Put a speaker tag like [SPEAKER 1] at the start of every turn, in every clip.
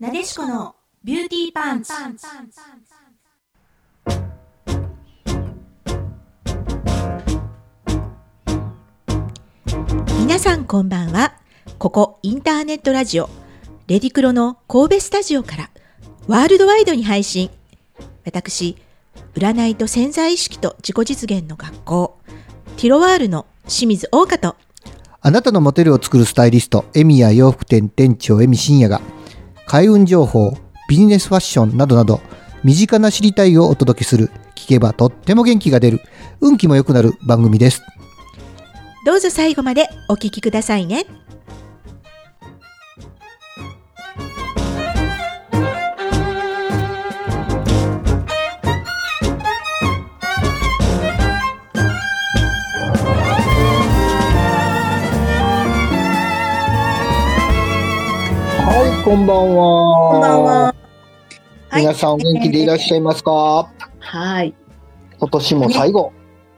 [SPEAKER 1] なでしこのビューティーパンツ。皆さんこんばんは。ここインターネットラジオ、レディクロの神戸スタジオからワールドワイドに配信。私、占いと潜在意識と自己実現の学校、ティロワールの清水桜花と
[SPEAKER 2] あなたのモテルを作るスタイリスト、エミや洋服店店長エミ深也が、開運情報、ビジネスファッションなどなど、身近な知りたいをお届けする、聞けばとっても元気が出る、運気も良くなる番組です。
[SPEAKER 1] どうぞ最後までお聞きくださいね。
[SPEAKER 2] はい、こんばんは。
[SPEAKER 1] こんばんは。はい
[SPEAKER 2] 皆さんお元気でいらっしゃいますか、
[SPEAKER 1] はい。
[SPEAKER 2] 今年も最後。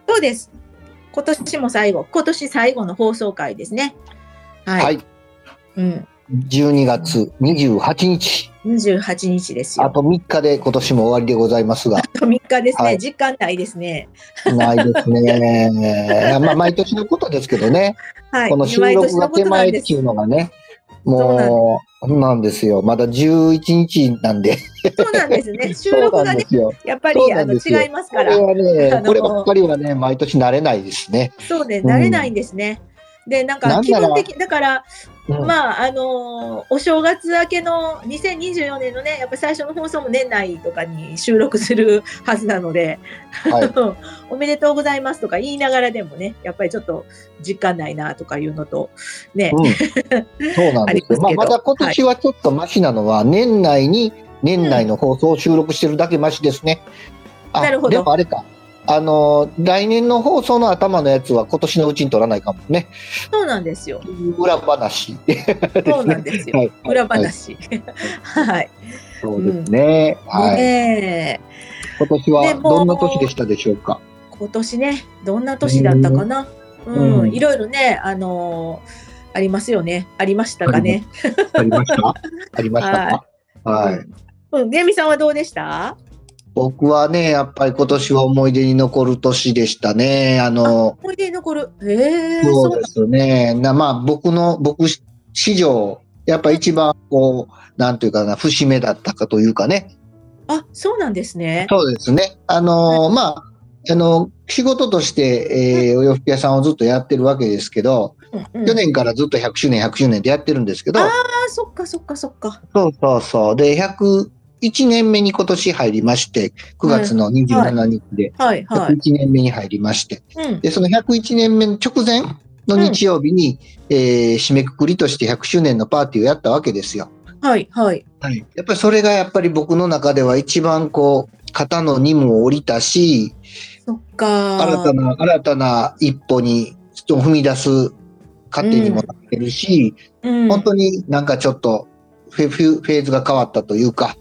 [SPEAKER 1] そうです。今年も最後、今年最後の放送回ですね。はい。
[SPEAKER 2] はい、
[SPEAKER 1] うん。
[SPEAKER 2] 12月28日、
[SPEAKER 1] 28日ですよ。
[SPEAKER 2] あ
[SPEAKER 1] あ
[SPEAKER 2] と3日で今年も終わりでございます が、
[SPEAKER 1] と3日ですね。
[SPEAKER 2] はい
[SPEAKER 1] 時間ないですね。
[SPEAKER 2] ないですね。まあ、毎年のことですけどね。
[SPEAKER 1] はい。
[SPEAKER 2] この収録が手前
[SPEAKER 1] 毎
[SPEAKER 2] って
[SPEAKER 1] 年
[SPEAKER 2] い
[SPEAKER 1] の
[SPEAKER 2] うのがね、
[SPEAKER 1] そうなんです
[SPEAKER 2] もう、そうなんですよ。まだ11日なんで。
[SPEAKER 1] ことなんです。そうなんですね。収
[SPEAKER 2] そう
[SPEAKER 1] 録
[SPEAKER 2] な
[SPEAKER 1] が
[SPEAKER 2] んで
[SPEAKER 1] ね、
[SPEAKER 2] すよ。
[SPEAKER 1] やっぱ
[SPEAKER 2] そう
[SPEAKER 1] り
[SPEAKER 2] な
[SPEAKER 1] あ
[SPEAKER 2] ん
[SPEAKER 1] の
[SPEAKER 2] ですよ
[SPEAKER 1] 違います
[SPEAKER 2] こ
[SPEAKER 1] か
[SPEAKER 2] れ
[SPEAKER 1] ら。
[SPEAKER 2] は
[SPEAKER 1] あ
[SPEAKER 2] ね
[SPEAKER 1] の、
[SPEAKER 2] こればっかりはね、毎年慣れないですね。
[SPEAKER 1] そうね、
[SPEAKER 2] うん
[SPEAKER 1] 慣れないんですね。で、なんか
[SPEAKER 2] なん
[SPEAKER 1] 気
[SPEAKER 2] なら
[SPEAKER 1] 分的、だから、
[SPEAKER 2] うん
[SPEAKER 1] まあ、あのーお正月明けの2024年のね、やっぱ最初の放送も年内とかに収録するはずなので、
[SPEAKER 2] はい。
[SPEAKER 1] おめでとうございますとか言いながらでもね、やっぱりちょっと実感ないなとかいうのと、ね、
[SPEAKER 2] うん、そうな
[SPEAKER 1] あ
[SPEAKER 2] んです
[SPEAKER 1] りますけ
[SPEAKER 2] よ。
[SPEAKER 1] ど
[SPEAKER 2] まあ、まだ今年はちょっとマシなのは、年内に、年内の放送を収録してるだけマシですね。あ
[SPEAKER 1] なるほど
[SPEAKER 2] でもあれか。あの来年の放送の頭のやつは今年のうちに取らないかもね。
[SPEAKER 1] そうなんですよ。
[SPEAKER 2] 裏話。
[SPEAKER 1] そうなんですよ。
[SPEAKER 2] はい
[SPEAKER 1] 裏話。 はい。
[SPEAKER 2] そうですね。はい。
[SPEAKER 1] ねえ
[SPEAKER 2] 今年
[SPEAKER 1] で
[SPEAKER 2] は
[SPEAKER 1] も
[SPEAKER 2] どんな年でしたでしょうか。
[SPEAKER 1] 今年ね、どんな年だったかな。うん、
[SPEAKER 2] うん
[SPEAKER 1] いろいろね、あのーありますよね。ありましたかね。
[SPEAKER 2] ありました ありましたかはい、
[SPEAKER 1] うん、ゲミさんはどうでした。
[SPEAKER 2] 僕はね、やっぱり今年は思い出に残る年でしたね。あの、
[SPEAKER 1] 思い出に残る。ええそ
[SPEAKER 2] そう
[SPEAKER 1] う
[SPEAKER 2] ですね。なまあ、僕の、僕史上、やっぱ一番こう、なんというかな、節目だったかというかね。
[SPEAKER 1] あ、そうなんですね。
[SPEAKER 2] そうですね。あの、まあ、あの、仕事として、えーお洋服屋さんをずっとやってるわけですけど、
[SPEAKER 1] うんうん
[SPEAKER 2] 去年からずっと100周年、100周年でやってるんですけど、
[SPEAKER 1] あ、そっか、そっか、そっか。
[SPEAKER 2] そうそうそう。で、101年目に今年入りまして、9月の27日で、
[SPEAKER 1] はい、はい。
[SPEAKER 2] 101年目に入りまして、
[SPEAKER 1] うん。
[SPEAKER 2] で、その101年目の直前の日曜日に、えー締めくくりとして100周年のパーティーをやったわけですよ。
[SPEAKER 1] はい、はい。
[SPEAKER 2] はい。やっぱりそれがやっぱり僕の中では一番こう、肩の荷も下りたし、
[SPEAKER 1] そっか。
[SPEAKER 2] 新たな、新たな一歩に踏み出す過程にもなってるし、
[SPEAKER 1] うん。
[SPEAKER 2] 本当になんかちょっとフェフェフェーズが変わったというか、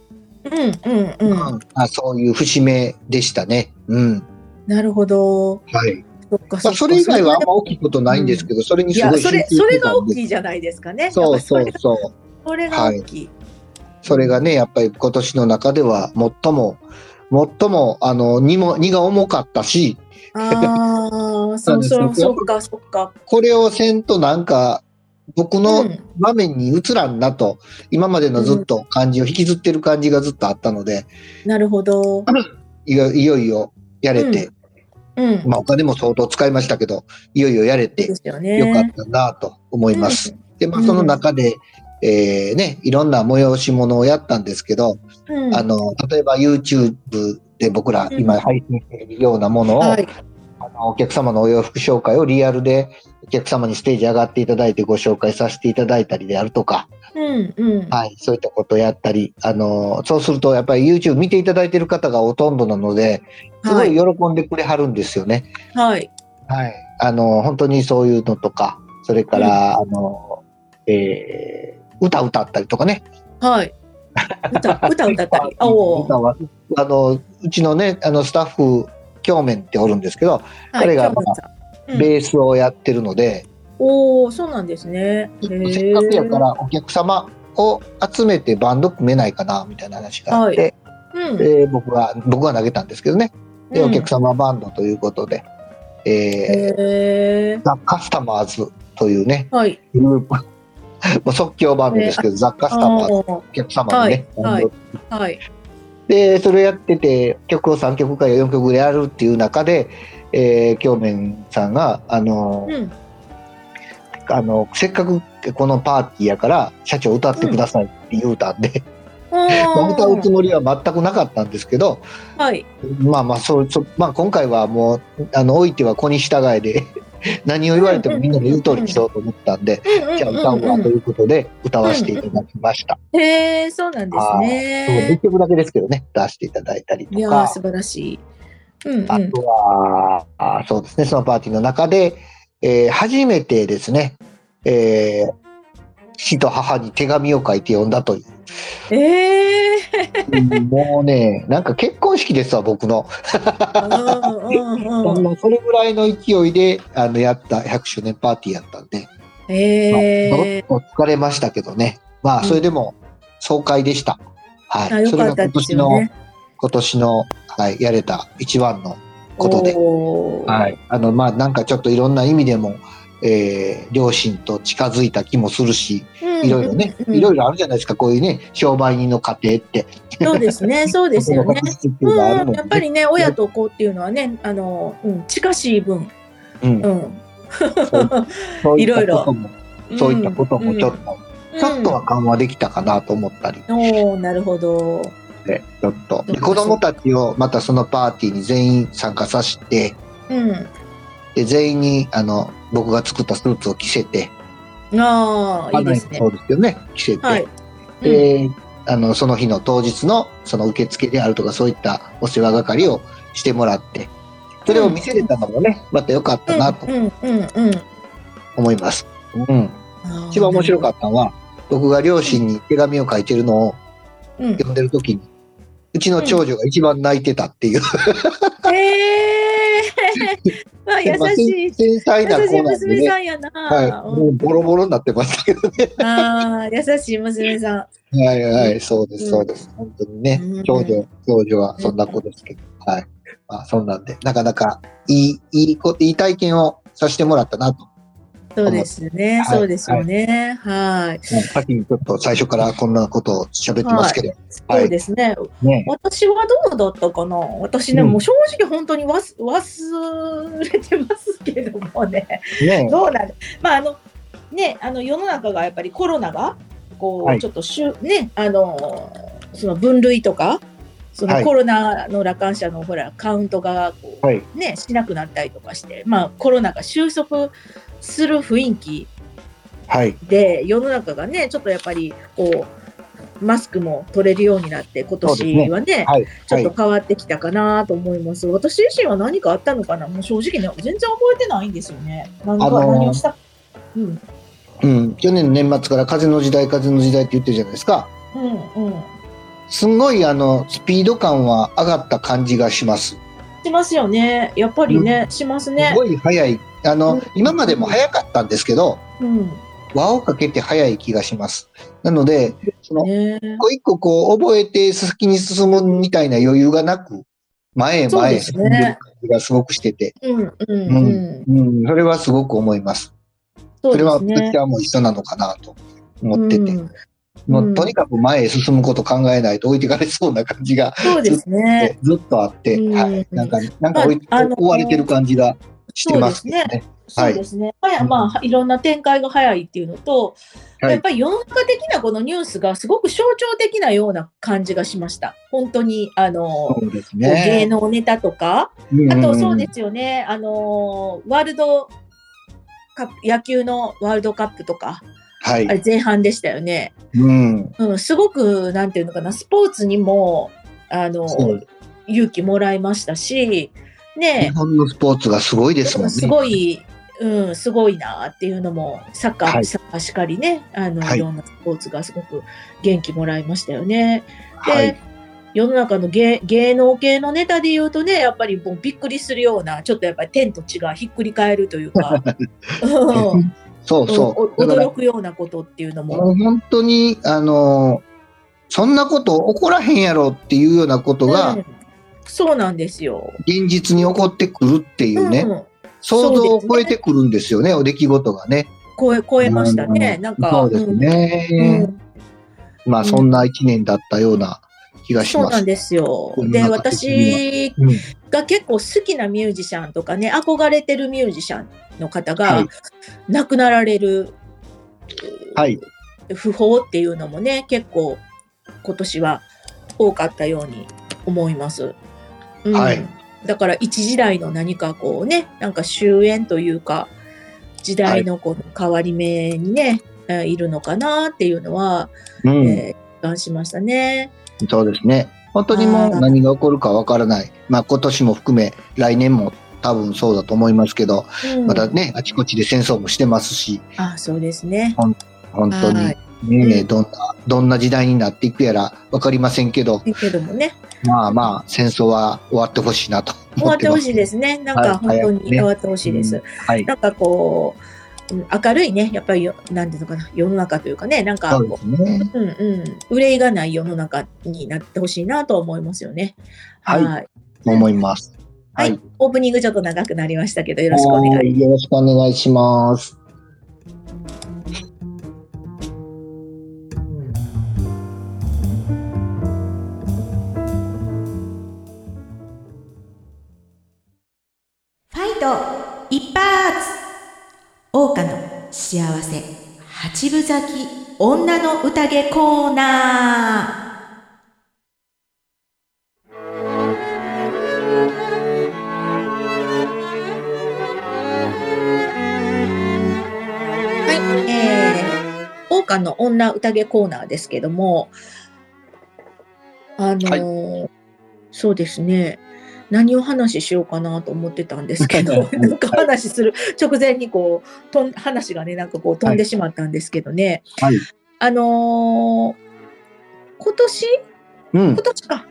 [SPEAKER 1] うんうんうん、
[SPEAKER 2] うんあそういう節目でしたね。うん。
[SPEAKER 1] なるほど。
[SPEAKER 2] はい。
[SPEAKER 1] そっか
[SPEAKER 2] ま
[SPEAKER 1] そっ
[SPEAKER 2] あ、
[SPEAKER 1] か
[SPEAKER 2] それ以外はあんま大きいことないんですけど、それに
[SPEAKER 1] い
[SPEAKER 2] すご
[SPEAKER 1] や
[SPEAKER 2] い
[SPEAKER 1] それそれが大
[SPEAKER 2] い。
[SPEAKER 1] きいじゃないですかね。
[SPEAKER 2] そうそ
[SPEAKER 1] やっぱ
[SPEAKER 2] う
[SPEAKER 1] り
[SPEAKER 2] そう。
[SPEAKER 1] それが大きい。
[SPEAKER 2] それがね、やっぱり今年の中では最も、最も、あの、荷も、荷が重かったし、
[SPEAKER 1] ああ、そう
[SPEAKER 2] そう
[SPEAKER 1] そ
[SPEAKER 2] な
[SPEAKER 1] う、
[SPEAKER 2] んですよ
[SPEAKER 1] そっかそっか。
[SPEAKER 2] これをせんとなんか、僕
[SPEAKER 1] う
[SPEAKER 2] の
[SPEAKER 1] ん
[SPEAKER 2] 場面に移らんなと、今までのずっと感じを引きずってる感じがずっとあったので、
[SPEAKER 1] なるほど。
[SPEAKER 2] いよいよいよやれて、
[SPEAKER 1] うん。
[SPEAKER 2] まあお金も相当使いましたけど、いよいよやれ
[SPEAKER 1] そう
[SPEAKER 2] て
[SPEAKER 1] で、すよね。
[SPEAKER 2] よかったなと思います。で、まあ、
[SPEAKER 1] うん
[SPEAKER 2] その中で、えーね、いろんな催し物をやったんですけど、
[SPEAKER 1] うん。うん
[SPEAKER 2] あの、例えば YouTube で僕ら
[SPEAKER 1] うん
[SPEAKER 2] 今配信しているようなものを、
[SPEAKER 1] はい。
[SPEAKER 2] あのお客様のお洋服紹介をリアルでお客様にステージ上がっていただいてご紹介させていただいたりであるとか、
[SPEAKER 1] うんうん。
[SPEAKER 2] はい、そういったことをやったり、あの、そうするとやっぱり YouTube 見ていただいている方がほとんどなので、すご
[SPEAKER 1] はいい。
[SPEAKER 2] 喜んでくれはるんですよね。
[SPEAKER 1] はい。
[SPEAKER 2] はい、あの本当にそういうのとかそれから、あのえー歌歌ったりとかね
[SPEAKER 1] はい。 歌、歌歌ったり。あおー。
[SPEAKER 2] 歌はあのうちのねあのスタッフ鏡面っておるんですけど、
[SPEAKER 1] はい
[SPEAKER 2] 彼が
[SPEAKER 1] キャバさんうん
[SPEAKER 2] ベースをやってるので、
[SPEAKER 1] おお、そうなんですね。へ
[SPEAKER 2] せっかくやからお客様を集めてバンド組めないかなみたいな話があって、
[SPEAKER 1] うん。
[SPEAKER 2] で僕は僕が投げたんですけどねでお客
[SPEAKER 1] さ
[SPEAKER 2] 様バンドということで、え
[SPEAKER 1] へえ
[SPEAKER 2] ー、。ザ・カスタマーズというね
[SPEAKER 1] はい。
[SPEAKER 2] グループ もう即興バンドですけど、ザ・カスタマーズ
[SPEAKER 1] あ
[SPEAKER 2] お客様にね、
[SPEAKER 1] はいはい
[SPEAKER 2] バンド
[SPEAKER 1] あはい。
[SPEAKER 2] でそれやってて曲を3曲から4曲でやるっていう中で、えー、京面さんがあの、
[SPEAKER 1] うん。
[SPEAKER 2] あのせっかくこのパーティーやから社長歌ってくださいって言うたんで、まあ歌うつもりは全くなかったんですけど
[SPEAKER 1] はい。
[SPEAKER 2] まあまあそうそうまあ、今回はもうあのおいては子に従えで 何を言われてもみんなの言う通りにしようと思ったんで、
[SPEAKER 1] うんうんうんうん
[SPEAKER 2] じゃあ歌おうわということで歌わせていただきました、
[SPEAKER 1] へえ、そうなんです
[SPEAKER 2] そう一
[SPEAKER 1] ね。
[SPEAKER 2] 曲だけですけどね出していただいたりと
[SPEAKER 1] いや
[SPEAKER 2] か
[SPEAKER 1] ー、。素晴らしい。うん
[SPEAKER 2] あ
[SPEAKER 1] うん。
[SPEAKER 2] とは、あそうですね、そのパーティーの中で、えー初めてですね、えー父と母に手紙を書いて読んだ という。
[SPEAKER 1] ええ。
[SPEAKER 2] もうね、なんか結婚式ですわ、僕の。
[SPEAKER 1] うんうんうん。
[SPEAKER 2] もう それぐらいの勢いで、あの、やった100周年パーティーやったんで、
[SPEAKER 1] ええ。
[SPEAKER 2] まあ疲れましたけどね。まあ、それでも、爽快でした。はい。
[SPEAKER 1] あ、よ
[SPEAKER 2] それ
[SPEAKER 1] かっ
[SPEAKER 2] が
[SPEAKER 1] た
[SPEAKER 2] 今
[SPEAKER 1] で
[SPEAKER 2] 年
[SPEAKER 1] すよ
[SPEAKER 2] の、
[SPEAKER 1] ね。
[SPEAKER 2] 今年の、はい、やれた一番のことで。
[SPEAKER 1] おー
[SPEAKER 2] はい、あのまあなんかちょっといろんな意味でも、えー両親と近づいた気もするし
[SPEAKER 1] うん
[SPEAKER 2] いろいろね、
[SPEAKER 1] うんうん
[SPEAKER 2] いろいろあるじゃないですかこういうね商売人の家庭って
[SPEAKER 1] そうですね、そうですよね、
[SPEAKER 2] 僕。の確執っていううんのがあるの
[SPEAKER 1] やっぱ
[SPEAKER 2] で、
[SPEAKER 1] りね、親と子っていうのはね、あの、うん、近しい分、
[SPEAKER 2] うん
[SPEAKER 1] うん、
[SPEAKER 2] そう
[SPEAKER 1] い
[SPEAKER 2] いった
[SPEAKER 1] ろいろ
[SPEAKER 2] こともそういったこともちょっと、
[SPEAKER 1] うん
[SPEAKER 2] ちょっとは緩和できたかなと思ったり
[SPEAKER 1] うんおーなるほど。
[SPEAKER 2] でちょっと
[SPEAKER 1] そう
[SPEAKER 2] で子供たちをまたそのパーティーに全員参加させて
[SPEAKER 1] うん。
[SPEAKER 2] で全員にあの僕が作ったスーツを着せて
[SPEAKER 1] ああ、いいですね
[SPEAKER 2] そ。うですよね着せて。
[SPEAKER 1] はい。うん、
[SPEAKER 2] で、あのその日の当日のその受付であるとかそういったお世話係をしてもらってそれを見せれたのもねまた良かったなと
[SPEAKER 1] うん、うん、うんうん。
[SPEAKER 2] 思います、うん、
[SPEAKER 1] あー
[SPEAKER 2] 一番面白かったのは僕が両親に手紙を書いてるのを
[SPEAKER 1] うん。
[SPEAKER 2] 読んでる時にうちの長女が一番泣いてたっていう、
[SPEAKER 1] えー、 まあ、優
[SPEAKER 2] まあ
[SPEAKER 1] し
[SPEAKER 2] 繊
[SPEAKER 1] い。
[SPEAKER 2] 繊細な
[SPEAKER 1] 優しい
[SPEAKER 2] 子なんで
[SPEAKER 1] 娘さ
[SPEAKER 2] ね
[SPEAKER 1] んやな。
[SPEAKER 2] はい、もうボロボロになってましたけどね。
[SPEAKER 1] うんああ、優しい娘さん。
[SPEAKER 2] はいはい、そうで
[SPEAKER 1] う
[SPEAKER 2] す、
[SPEAKER 1] ん
[SPEAKER 2] そうです。本当にね
[SPEAKER 1] うん、
[SPEAKER 2] 長女、長女はそんな子ですけど、はい。まあ、そんなんで、なかなかいい、いいこ、いい体験をさせてもらったなと。
[SPEAKER 1] そうですね、
[SPEAKER 2] はい
[SPEAKER 1] そうですよね。はい。
[SPEAKER 2] もう先にちょっと最初からこんなことを喋ってますけど、はい
[SPEAKER 1] そうですね。
[SPEAKER 2] ね。
[SPEAKER 1] 私はどうだったかな私ね、
[SPEAKER 2] うん
[SPEAKER 1] もう正直本当に忘忘れてますけどもね、
[SPEAKER 2] ね。
[SPEAKER 1] どうなる、まああのね、あの世の中がやっぱりコロナがこう、
[SPEAKER 2] はい
[SPEAKER 1] ちょっとしゅ、ね、あのその分類とかそ
[SPEAKER 2] は
[SPEAKER 1] の
[SPEAKER 2] い
[SPEAKER 1] コロナの羅漢者のほらカウントがこう、
[SPEAKER 2] はい
[SPEAKER 1] ね、しなくなったりとかして、まあ、コロナが収束する雰囲気
[SPEAKER 2] はい。
[SPEAKER 1] で世の中がねちょっとやっぱりこうマスクも取れるようになって今年はね
[SPEAKER 2] はい。
[SPEAKER 1] ち
[SPEAKER 2] は
[SPEAKER 1] ょっ
[SPEAKER 2] い
[SPEAKER 1] と。変わってきたかなと思います、私自身は何かあったのかなもう正直ね全然覚えてないんですよね何か、
[SPEAKER 2] あのー
[SPEAKER 1] 何をしたうん
[SPEAKER 2] うん。去年の年末から風の時代、風の時代って言ってるじゃないですか。
[SPEAKER 1] うんうん
[SPEAKER 2] すんごい、あの、スピード感は上がった感じがします。
[SPEAKER 1] しますよねやっぱりね、します
[SPEAKER 2] す
[SPEAKER 1] ね
[SPEAKER 2] ごい早い。あ
[SPEAKER 1] う
[SPEAKER 2] の
[SPEAKER 1] ん、
[SPEAKER 2] 今までも早かったんですけど、
[SPEAKER 1] うん
[SPEAKER 2] 輪をかけて早い気がします。なので、その、
[SPEAKER 1] ね
[SPEAKER 2] 一個一個こう覚えて先に進むみたいな余裕がなく前へ前へ
[SPEAKER 1] そ
[SPEAKER 2] 進
[SPEAKER 1] うんですね
[SPEAKER 2] でる感じがすごくしてて、
[SPEAKER 1] うんうん
[SPEAKER 2] う
[SPEAKER 1] うん
[SPEAKER 2] うん、それはすごく思います。
[SPEAKER 1] そ
[SPEAKER 2] そうれ
[SPEAKER 1] です
[SPEAKER 2] はつっ
[SPEAKER 1] ね
[SPEAKER 2] ちゃんも一緒なのかなと思ってて、
[SPEAKER 1] うんう
[SPEAKER 2] も
[SPEAKER 1] ん
[SPEAKER 2] うとにかく前へ進むこと考えないと置いてかれそうな感じが
[SPEAKER 1] そうですね
[SPEAKER 2] ずっとあって、
[SPEAKER 1] うん
[SPEAKER 2] はい、なんかなんか追い、
[SPEAKER 1] まああの
[SPEAKER 2] 追われてる感じがしてますけどね。
[SPEAKER 1] そうですね、早
[SPEAKER 2] うん
[SPEAKER 1] まあいろんな展開が早いっていうのと、
[SPEAKER 2] はい
[SPEAKER 1] やっぱり世の中的なこのニュースがすごく象徴的なような感じがしました本当にあの、
[SPEAKER 2] そうです
[SPEAKER 1] 芸
[SPEAKER 2] ね。
[SPEAKER 1] 能ネタとか、
[SPEAKER 2] うん
[SPEAKER 1] あとそうですよね、あのーワールドカップ、野球のワールドカップとか、
[SPEAKER 2] は
[SPEAKER 1] あ
[SPEAKER 2] い。
[SPEAKER 1] れ前半でしたよね。
[SPEAKER 2] うん。
[SPEAKER 1] うん、すごく、なんていうのかな、スポーツにも、あのー
[SPEAKER 2] そう
[SPEAKER 1] 勇気もらいましたし、
[SPEAKER 2] 日
[SPEAKER 1] ね
[SPEAKER 2] 本のスポーツがすごいですもんね。
[SPEAKER 1] すごい、うん、すごいなっていうのも、サッカー、
[SPEAKER 2] はい
[SPEAKER 1] サッカーしかりね、あの、、
[SPEAKER 2] はいい
[SPEAKER 1] ろんなスポーツがすごく元気もらいましたよね。で、
[SPEAKER 2] はい。
[SPEAKER 1] 世の中の芸芸能系のネタで言うとね、やっぱり もうびっくりするような、ちょっとやっぱり天と地がひっくり返るというか、うん
[SPEAKER 2] そうそう
[SPEAKER 1] お
[SPEAKER 2] だから
[SPEAKER 1] 驚くようなことっていうのも。
[SPEAKER 2] もう本当にあのそんなこと起こらへんやろっていうようなことが
[SPEAKER 1] うんそうなんですよ。
[SPEAKER 2] 現実に起こってくるっていうね、
[SPEAKER 1] うん
[SPEAKER 2] 想
[SPEAKER 1] そ
[SPEAKER 2] 像を
[SPEAKER 1] うですね
[SPEAKER 2] 超えてくるんですよねお出来事がね。
[SPEAKER 1] 超え超えましたね。
[SPEAKER 2] うん
[SPEAKER 1] なんか
[SPEAKER 2] そうですね、
[SPEAKER 1] うんうん
[SPEAKER 2] まあそんな一年だったような気がし
[SPEAKER 1] そう
[SPEAKER 2] ま
[SPEAKER 1] な
[SPEAKER 2] す
[SPEAKER 1] ん。ですよ
[SPEAKER 2] こ。んな
[SPEAKER 1] で
[SPEAKER 2] 形
[SPEAKER 1] 私
[SPEAKER 2] にうん
[SPEAKER 1] が結構好きなミュージシャンとかね憧れてるミュージシャンの方
[SPEAKER 2] は
[SPEAKER 1] が
[SPEAKER 2] い
[SPEAKER 1] 亡くなられる、
[SPEAKER 2] はい
[SPEAKER 1] 不法っていうのもね結構今年は多かったように思います。うん
[SPEAKER 2] はい
[SPEAKER 1] だから一時代の何かこうねなんか終焉というか時代のこう変わり目にね、えーいるのかなっていうのは、
[SPEAKER 2] うん
[SPEAKER 1] えー実感しましたね。
[SPEAKER 2] そうですね。本当にも
[SPEAKER 1] あー
[SPEAKER 2] う何が起こるかわからない。まあ今年も含め来年も多分そうだと思いますけど、
[SPEAKER 1] うん
[SPEAKER 2] またね、あちこちで戦争もしてますし、
[SPEAKER 1] あそうですね。
[SPEAKER 2] 本当に
[SPEAKER 1] はい
[SPEAKER 2] ね、
[SPEAKER 1] うん
[SPEAKER 2] どんな、どんな時代になっていくやらわかりませんけど、
[SPEAKER 1] だけどもね
[SPEAKER 2] まあまあ戦争は終わってほしいなと
[SPEAKER 1] 終
[SPEAKER 2] 思
[SPEAKER 1] わ
[SPEAKER 2] っ
[SPEAKER 1] ってて
[SPEAKER 2] ま
[SPEAKER 1] ほ
[SPEAKER 2] す。
[SPEAKER 1] しいですね。なん
[SPEAKER 2] はい
[SPEAKER 1] か本当に
[SPEAKER 2] 早くね
[SPEAKER 1] 終わってほしいです。
[SPEAKER 2] はい。
[SPEAKER 1] なんかこううん明るいねやっぱりよなんていうのかな世の中というかねなんか
[SPEAKER 2] そ
[SPEAKER 1] こ
[SPEAKER 2] う
[SPEAKER 1] う
[SPEAKER 2] ですね。
[SPEAKER 1] うんうん、憂いがない世の中になってほしいなとは思いますよね。
[SPEAKER 2] はい
[SPEAKER 1] はい、
[SPEAKER 2] 思います。
[SPEAKER 1] は
[SPEAKER 2] はいい
[SPEAKER 1] オープニングちょっと長くなりましたけど、よろしくお願いします。
[SPEAKER 2] はいよろしくお願いします。
[SPEAKER 1] ファイト一発桜花の幸せ八分咲き女の宴コーナーはい、えー、桜花の女宴コーナーですけどもあのーそうですね何を話しようかなと思ってたんですけ
[SPEAKER 2] はい
[SPEAKER 1] ど、
[SPEAKER 2] はい
[SPEAKER 1] なんか話する直前にこうとん話がねなんかこう飛んでしまったんですけどね、
[SPEAKER 2] はい。
[SPEAKER 1] あのー今年
[SPEAKER 2] うん
[SPEAKER 1] 今。年か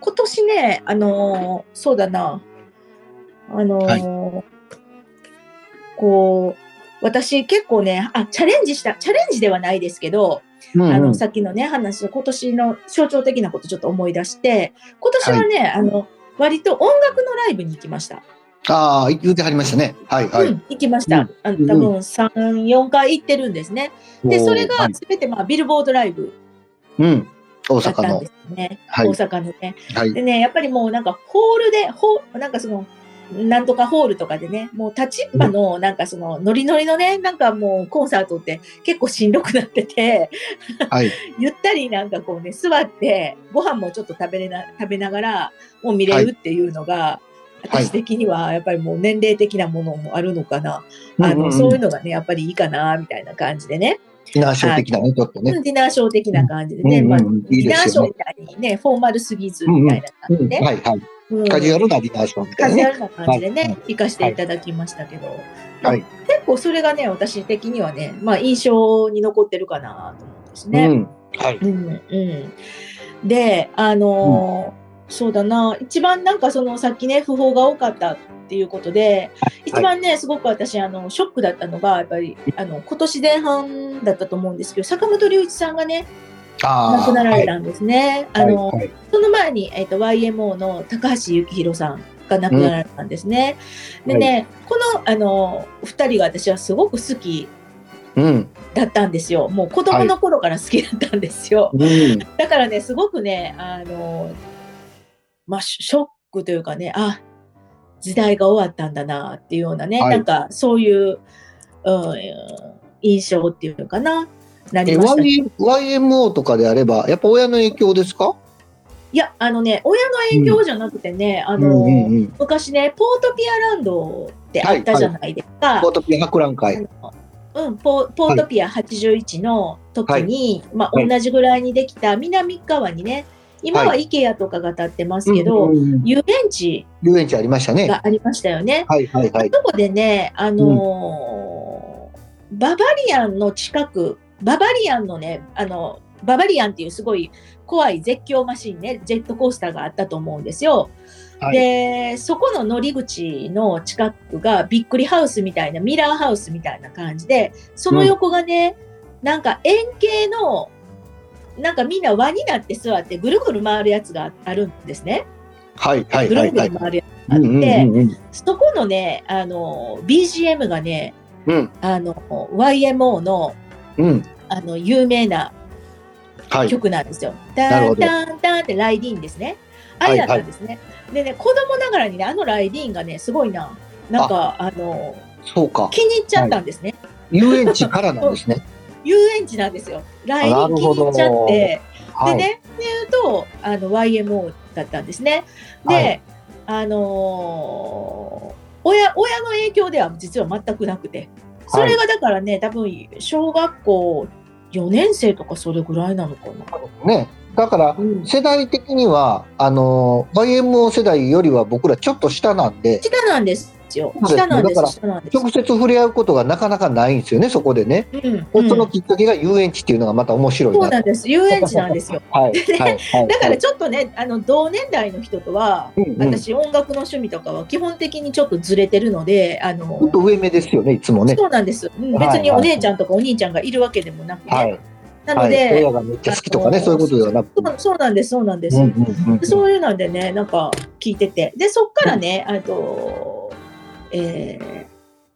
[SPEAKER 1] 今年ねあのーそうだなあのーこう私結構ねあチャレンジしたチャレンジではないですけど、
[SPEAKER 2] うん
[SPEAKER 1] あ
[SPEAKER 2] う
[SPEAKER 1] の
[SPEAKER 2] ん
[SPEAKER 1] さっきのね話の今年の象徴的なことちょっと思い出して今年はね、あの割と音楽のライブに行きました、
[SPEAKER 2] ああ、言ってはりましたね。はいは
[SPEAKER 1] う
[SPEAKER 2] い。
[SPEAKER 1] ん、行きました、
[SPEAKER 2] うん
[SPEAKER 1] あの多分34回行ってるんですねでそれ
[SPEAKER 2] おーは
[SPEAKER 1] が
[SPEAKER 2] い
[SPEAKER 1] 全て、まあ、ビルボードライブ
[SPEAKER 2] うん。大
[SPEAKER 1] だっ
[SPEAKER 2] 阪
[SPEAKER 1] たん
[SPEAKER 2] の
[SPEAKER 1] で。すね
[SPEAKER 2] はい
[SPEAKER 1] 大阪のね
[SPEAKER 2] はい。
[SPEAKER 1] でねやっぱりもうなんかホールでホーなんかそのなんとかホールとかでねもう立ちっぱのなんかそのノリノリのねなんかもうコンサートって結構しんどくなってて
[SPEAKER 2] はい。
[SPEAKER 1] ゆったりなんかこうね、座って、ご飯もちょっと食べれな、食べながら、もう見れるっていうのが、
[SPEAKER 2] はい
[SPEAKER 1] 私的にはやっぱりもう年齢的なものもあるのかな。あ
[SPEAKER 2] うんうんう
[SPEAKER 1] の、
[SPEAKER 2] ん
[SPEAKER 1] そういうのがね、やっぱりいいかな、みたいな感じでね。
[SPEAKER 2] ディナーショー的なね、ちょっと
[SPEAKER 1] う
[SPEAKER 2] ね。
[SPEAKER 1] んディナーショー的な感じでね、
[SPEAKER 2] うんうん
[SPEAKER 1] ま
[SPEAKER 2] う
[SPEAKER 1] あ、
[SPEAKER 2] ん
[SPEAKER 1] デ
[SPEAKER 2] いい
[SPEAKER 1] ィ
[SPEAKER 2] で
[SPEAKER 1] ナー
[SPEAKER 2] す
[SPEAKER 1] ショー
[SPEAKER 2] よね
[SPEAKER 1] みたいにね、フォーマルすぎずみたいな感
[SPEAKER 2] う
[SPEAKER 1] じ
[SPEAKER 2] ん
[SPEAKER 1] で。
[SPEAKER 2] はいはい。
[SPEAKER 1] うん
[SPEAKER 2] カジュアルなディナーショーみ
[SPEAKER 1] カ
[SPEAKER 2] たいな
[SPEAKER 1] ジュア
[SPEAKER 2] ね。
[SPEAKER 1] ルな感じでね、
[SPEAKER 2] はい
[SPEAKER 1] 行かせていただきましたけど、
[SPEAKER 2] はい。
[SPEAKER 1] 結構それがね、私的にはね、まあ印象に残ってるかなと思うんですね。
[SPEAKER 2] うん。はい。
[SPEAKER 1] うんうん、であのーそうだな一番なんかそのさっきね不法が多かったっていうことで一番ね、すごく私あのショックだったのがやっぱりあの今年前半だったと思うんですけど坂本龍一さんがね
[SPEAKER 2] ああ。
[SPEAKER 1] 亡くなられたんですね。あの
[SPEAKER 2] はいはい
[SPEAKER 1] その前に、えっと YMO の高橋幸宏さんが亡くなられたんですね。
[SPEAKER 2] うん
[SPEAKER 1] でね、このあの2人が私はすごく好き
[SPEAKER 2] うん。
[SPEAKER 1] だったんですよ。もう子供の頃から好きだったんですよ。
[SPEAKER 2] うん。
[SPEAKER 1] だからね、すごくね、あの、まあ、ショショックというかね、あ、時代が終わったんだなっていうようなね、
[SPEAKER 2] はい
[SPEAKER 1] なんかそういう、うん、印象っていうのかな、なり
[SPEAKER 2] え、
[SPEAKER 1] ましたね。
[SPEAKER 2] YM YMO とかであれば、やっぱ親の影響ですか
[SPEAKER 1] いや、あのね、親の影響じゃなくてね、あ
[SPEAKER 2] う
[SPEAKER 1] の、
[SPEAKER 2] うん。
[SPEAKER 1] 昔ね、ポートピアランドってあったじゃないですか。
[SPEAKER 2] ポートピア博覧会。
[SPEAKER 1] うん、ポポートピア81の時に、まあ、
[SPEAKER 2] はい
[SPEAKER 1] 同じぐらいにできた南側にね、今は
[SPEAKER 2] は
[SPEAKER 1] IKEA とかが建ってますけど、
[SPEAKER 2] うんうんうん
[SPEAKER 1] 遊園地
[SPEAKER 2] 遊園地ありましたね。
[SPEAKER 1] がありましたよね。
[SPEAKER 2] はいはいはい。
[SPEAKER 1] そこでね、あのーババリアンの近く、ババリアンのね、あの、ババリアンっていうすごい怖い絶叫マシンね、ジェットコースターがあったと思うんですよ。
[SPEAKER 2] はい
[SPEAKER 1] で、そこの乗り口の近くがびっくりハウスみたいな、ミラーハウスみたいな感じで、その横がね、なんか円形の、なんかみんな輪になって座ってぐるぐる回るやつがあるんですね。
[SPEAKER 2] はいはい
[SPEAKER 1] ぐ
[SPEAKER 2] は
[SPEAKER 1] る
[SPEAKER 2] い
[SPEAKER 1] ぐ
[SPEAKER 2] はい
[SPEAKER 1] る。回るやつがあ
[SPEAKER 2] う
[SPEAKER 1] っ
[SPEAKER 2] んうん
[SPEAKER 1] て、
[SPEAKER 2] うんうん
[SPEAKER 1] そこのね、あの、BGM がね、
[SPEAKER 2] うん
[SPEAKER 1] あの、YMO の、
[SPEAKER 2] うん
[SPEAKER 1] あの、有名な
[SPEAKER 2] はい
[SPEAKER 1] 曲なんですよ。
[SPEAKER 2] なる
[SPEAKER 1] タ
[SPEAKER 2] ほ
[SPEAKER 1] ン
[SPEAKER 2] ど
[SPEAKER 1] タンタンってライディーンですね。あれだったんですね。でね、子供ながらにね、あのライディーンがね、すごいな。なんか、あの、
[SPEAKER 2] そうか
[SPEAKER 1] 気に入っちゃったんですね。
[SPEAKER 2] 遊園地からな んですね
[SPEAKER 1] 遊園地なんですよ。ライディ
[SPEAKER 2] な
[SPEAKER 1] ーン
[SPEAKER 2] る
[SPEAKER 1] 気
[SPEAKER 2] ほ
[SPEAKER 1] に入
[SPEAKER 2] ど
[SPEAKER 1] っちゃって。
[SPEAKER 2] は
[SPEAKER 1] で
[SPEAKER 2] い
[SPEAKER 1] ね、っていうと、あの、YMO だったんですね。で、
[SPEAKER 2] はい
[SPEAKER 1] あのー親、親の影響では実は全くなくて。それがだからね、多分、小学校4年生とかそれぐらいなのかな。
[SPEAKER 2] ねだから
[SPEAKER 1] うん
[SPEAKER 2] 世代的にはあの YMO 世代よりは僕らちょっと下なんで
[SPEAKER 1] 下なんですよ。
[SPEAKER 2] そうですね
[SPEAKER 1] 下なんで
[SPEAKER 2] だから
[SPEAKER 1] す。下なんです。
[SPEAKER 2] 直接触れ合うことがなかなかないんですよねそこでね
[SPEAKER 1] うん、
[SPEAKER 2] そ
[SPEAKER 1] うん
[SPEAKER 2] のきっかけが遊園地っていうのがまた面白い
[SPEAKER 1] そう
[SPEAKER 2] な
[SPEAKER 1] なんです。遊園地なんですよ。
[SPEAKER 2] はいはいはい
[SPEAKER 1] だから
[SPEAKER 2] はい
[SPEAKER 1] ちょっとね、あの同年代の人とは、
[SPEAKER 2] うんうん
[SPEAKER 1] 私音楽の趣味とかは基本的にちょっとずれてるので、あの
[SPEAKER 2] ちょっと上目ですよねいつもね
[SPEAKER 1] そうなんです。うん
[SPEAKER 2] はい
[SPEAKER 1] 別にお姉ちゃんとかお兄ちゃんがいるわけでもなくね。
[SPEAKER 2] はい
[SPEAKER 1] なの
[SPEAKER 2] はい
[SPEAKER 1] で、
[SPEAKER 2] 親がめっちゃ好きとかね
[SPEAKER 1] あの
[SPEAKER 2] そういうことではなくて
[SPEAKER 1] そうそうなんです。そうなんです。
[SPEAKER 2] うんうんうん
[SPEAKER 1] でそういうなんでね、なんか聞いてて、でそっからね、あと、えー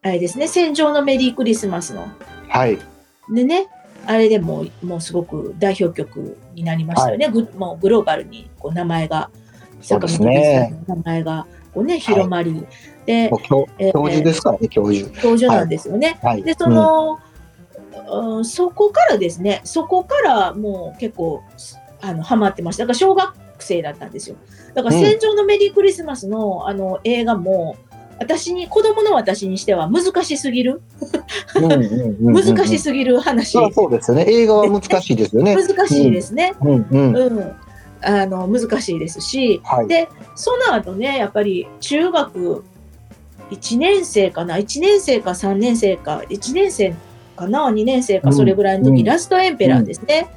[SPEAKER 1] あれですね、戦場のメリークリスマスの
[SPEAKER 2] はい
[SPEAKER 1] でね、あれでもうもうすごく代表曲になりましたよね、グもうグローバルにこう名前が、
[SPEAKER 2] そうです
[SPEAKER 1] 坂本
[SPEAKER 2] ね
[SPEAKER 1] 龍一さんの名前がこう、ね、広まり、で
[SPEAKER 2] もう教
[SPEAKER 1] えー
[SPEAKER 2] 教授ですからね教授
[SPEAKER 1] 教授なんですよね。
[SPEAKER 2] はい
[SPEAKER 1] でその、うんそこからですね、そこからもう結構あのハマってました。だから小学生だったんですよ。だから
[SPEAKER 2] うん
[SPEAKER 1] 戦場のメリークリスマスのあの映画も、私に子供の私にしては難しすぎる、難
[SPEAKER 2] 難
[SPEAKER 1] しすぎる話、
[SPEAKER 2] そりゃそうですよね。映画は難しいですよね。
[SPEAKER 1] 難しいですね。
[SPEAKER 2] うんうん。
[SPEAKER 1] うん、あの難しいですし、
[SPEAKER 2] はい
[SPEAKER 1] でその後ねやっぱり中学1年生かな1年生か3年生か1年生かな2年生
[SPEAKER 2] う
[SPEAKER 1] か
[SPEAKER 2] ん
[SPEAKER 1] それぐらいの時、
[SPEAKER 2] うん
[SPEAKER 1] ラストエンペラーですね、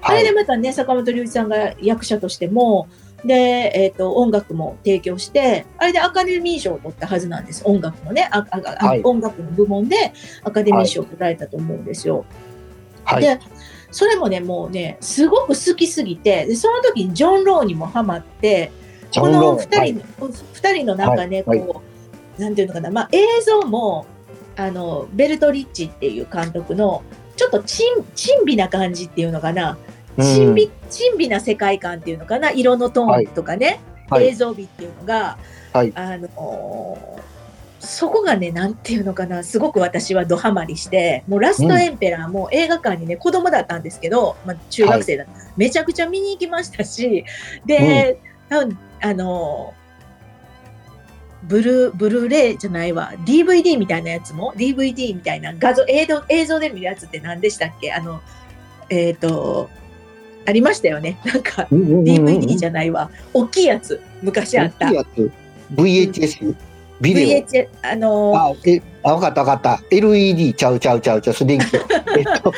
[SPEAKER 1] あ
[SPEAKER 2] は
[SPEAKER 1] れで
[SPEAKER 2] い。
[SPEAKER 1] またね坂本龍一さんが役者としてもで、えー、と音楽も提供してあれでアカデミー賞を取ったはずなんです音楽のねあああ
[SPEAKER 2] はい
[SPEAKER 1] 音楽の部門でアカデミー賞を取られたと思うんですよ。
[SPEAKER 2] はい。
[SPEAKER 1] でそれもねもうねすごく好きすぎてでその時にジョン・ローにもハマって
[SPEAKER 2] ジョ
[SPEAKER 1] こ
[SPEAKER 2] ンロ
[SPEAKER 1] の
[SPEAKER 2] ー
[SPEAKER 1] 2人,、2人のなんかね、
[SPEAKER 2] はい
[SPEAKER 1] こうなんていうのかな、まあ、映像もあのベルトリッチっていう監督のちょっとちん珍美な感じっていうのかな
[SPEAKER 2] はい
[SPEAKER 1] 珍
[SPEAKER 2] う
[SPEAKER 1] 美珍美な世界観っていうのかな色のトーンとかね、
[SPEAKER 2] んは
[SPEAKER 1] 映
[SPEAKER 2] い。
[SPEAKER 1] 像美っていうのが、
[SPEAKER 2] はい
[SPEAKER 1] あのそこがねなんていうのかなすごく私はドハマりしてもう「ラストエンペラー」も映画館にね子供だったんですけど、まあ、中学生だった、めちゃくちゃ見に行きましたしで、多分あのブルーブルーレイじゃないわ DVD みたいなやつも DVD みたいな画像映像映像で見るやつって何でしたっけあのえっ、とありましたよねなんか DVD じ
[SPEAKER 2] ゃ
[SPEAKER 1] ゃないわ、大きいやつ昔あった
[SPEAKER 2] いやつ。VHS。ビデ
[SPEAKER 1] VHS あの
[SPEAKER 2] オ。
[SPEAKER 1] ー
[SPEAKER 2] あ、え、あ、わかったわかった。LED ちゃうちゃうちゃうちゃう。そ れ電気。えっと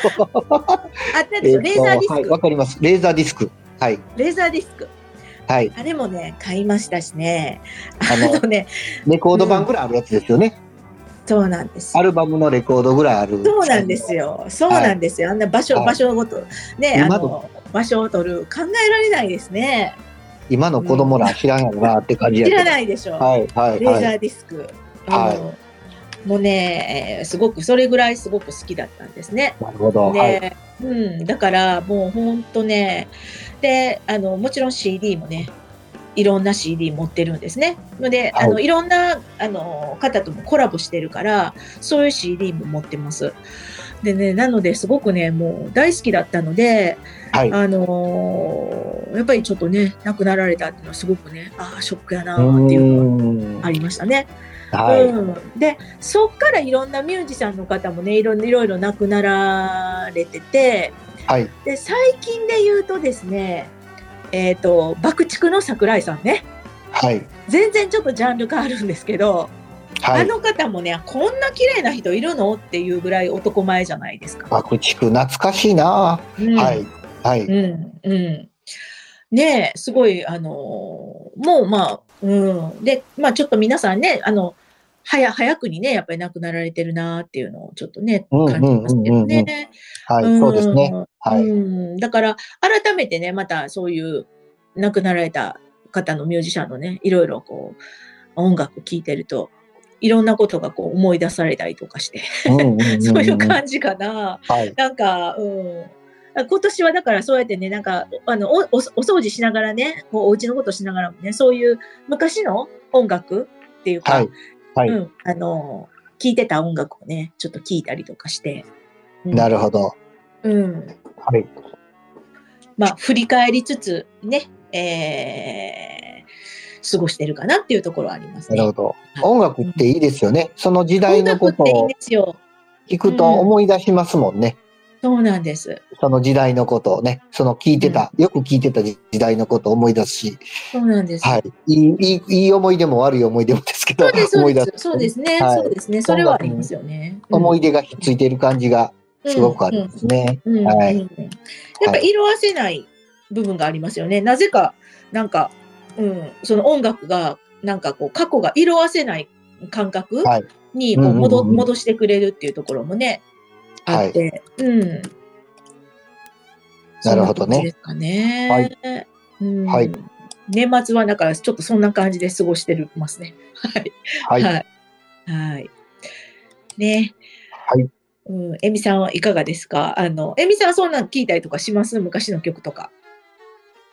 [SPEAKER 1] あったでしょレーザーディ
[SPEAKER 2] は
[SPEAKER 1] ス
[SPEAKER 2] い
[SPEAKER 1] ク、
[SPEAKER 2] わかります。レーザーディスク。はい。
[SPEAKER 1] レーザーディスク
[SPEAKER 2] はい。
[SPEAKER 1] あれもね買いましたしねあ
[SPEAKER 2] あ
[SPEAKER 1] の
[SPEAKER 2] の
[SPEAKER 1] ね
[SPEAKER 2] レコード版ぐらいあるやつですよね。
[SPEAKER 1] そうなんです
[SPEAKER 2] アルバムのレコードぐらいある。
[SPEAKER 1] そうなんですよそうなんですよ、あんな場所
[SPEAKER 2] はい
[SPEAKER 1] 場所ごとねあ
[SPEAKER 2] 今
[SPEAKER 1] の場所を取る考えられないですね
[SPEAKER 2] 今の子供ら知らんやろなって感じや
[SPEAKER 1] 知
[SPEAKER 2] けど。
[SPEAKER 1] らないでしょ、
[SPEAKER 2] はいはい
[SPEAKER 1] レーザ
[SPEAKER 2] はい。
[SPEAKER 1] ーディスク、
[SPEAKER 2] はい
[SPEAKER 1] あのもうねえーすごくそれぐらいすごく好きだったんですね
[SPEAKER 2] なるほど。はい。
[SPEAKER 1] で、うん、だからもうほんとね、で、あの、もちろん CD もね、いろんな CD 持ってるんですね。ので、
[SPEAKER 2] はい
[SPEAKER 1] あの、いろんな、あの、方ともコラボしてるから、そういう CD も持ってます。でね、なので、すごくね、もう大好きだったので、
[SPEAKER 2] はい。
[SPEAKER 1] あのーやっぱりちょっとね、亡くなられたっていうのはすごくね、ああ、ショックやなーっていうのは
[SPEAKER 2] うん
[SPEAKER 1] ありましたね。
[SPEAKER 2] はい。
[SPEAKER 1] うん、でそっからいろんなミュージシャンの方もねいろいろいろいろ亡くなられてて
[SPEAKER 2] はい。
[SPEAKER 1] で最近で言うとですねえっ、と爆竹の桜井さんね
[SPEAKER 2] はい。
[SPEAKER 1] 全然ちょっとジャンル変わるんですけど、
[SPEAKER 2] は
[SPEAKER 1] あ
[SPEAKER 2] い。
[SPEAKER 1] の方もねこんな綺麗な人いるのっていうぐらい男前じゃないですか。
[SPEAKER 2] 爆竹懐かしいな。
[SPEAKER 1] うん
[SPEAKER 2] はい。は
[SPEAKER 1] う
[SPEAKER 2] い。
[SPEAKER 1] んうんねえすごいあのーもうまあうん、で、まあちょっと皆さんね、あの、早、早くにね、やっぱり亡くなられてるなっていうのをちょっとね、
[SPEAKER 2] うん
[SPEAKER 1] 感じますけどね。
[SPEAKER 2] はい、
[SPEAKER 1] ん
[SPEAKER 2] そうですね。はい。
[SPEAKER 1] うん、だから、改めてね、またそういう亡くなられた方のミュージシャンのね、いろいろこう、音楽聴いてると、いろんなことがこう思い出されたりとかして、
[SPEAKER 2] うんうんうんうん
[SPEAKER 1] そういう感じかな。
[SPEAKER 2] はい。
[SPEAKER 1] なんか、うん。今年はだからそうやってね、なんか、あの、お、おお掃除しながらね、こうお家のことしながらもね、そういう昔の音楽っていうか、
[SPEAKER 2] はい。はい。
[SPEAKER 1] うん、あの、聴いてた音楽をね、ちょっと聴いたりとかして。うん
[SPEAKER 2] なるほど。
[SPEAKER 1] うん。
[SPEAKER 2] はい。
[SPEAKER 1] まあ、振り返りつつ、ね、えー、過ごしてるかなっていうところはあります
[SPEAKER 2] な
[SPEAKER 1] ね。
[SPEAKER 2] るほど。音楽っていいですよね。その時代
[SPEAKER 1] 音
[SPEAKER 2] の
[SPEAKER 1] 楽
[SPEAKER 2] こ
[SPEAKER 1] っ
[SPEAKER 2] と
[SPEAKER 1] ていいん
[SPEAKER 2] を
[SPEAKER 1] ですよ。
[SPEAKER 2] 聞くと思い出しますもんね。
[SPEAKER 1] そうなんです。
[SPEAKER 2] その時代のことをね。その聞いてた、よく聞いてた時代のことを思い出すし、
[SPEAKER 1] そうなんです。
[SPEAKER 2] はい。いい、いい、いい思い出も悪い思い出もですけど、
[SPEAKER 1] そうです、そ
[SPEAKER 2] 思
[SPEAKER 1] う
[SPEAKER 2] い出
[SPEAKER 1] ですす。。そうですね、
[SPEAKER 2] はい
[SPEAKER 1] そうですね。それはありますよね。
[SPEAKER 2] 思い
[SPEAKER 1] 出、
[SPEAKER 2] 出がひっついている感じがすごくありますね。
[SPEAKER 1] うんうん
[SPEAKER 2] はい
[SPEAKER 1] うんうんやっぱ色あせない部分がありますよね。なぜか、なんか、うん、その音楽が、なんかこう、過去が色あせない感覚
[SPEAKER 2] はい
[SPEAKER 1] にこう戻,、
[SPEAKER 2] うんうんうん
[SPEAKER 1] 戻してくれるっていうところもね、
[SPEAKER 2] は
[SPEAKER 1] あっ
[SPEAKER 2] い。
[SPEAKER 1] て、うん。
[SPEAKER 2] なるほどね
[SPEAKER 1] そんな感じですかね。
[SPEAKER 2] は
[SPEAKER 1] うん
[SPEAKER 2] はい
[SPEAKER 1] 年末はだからちょっとそんな感じで過ごしてるますね。はい。
[SPEAKER 2] はい。
[SPEAKER 1] はい。はい。ね。
[SPEAKER 2] はい。
[SPEAKER 1] うん、えみさんはいかがですかあの、えみさんはそんなん聞いたりとかします昔の曲とか。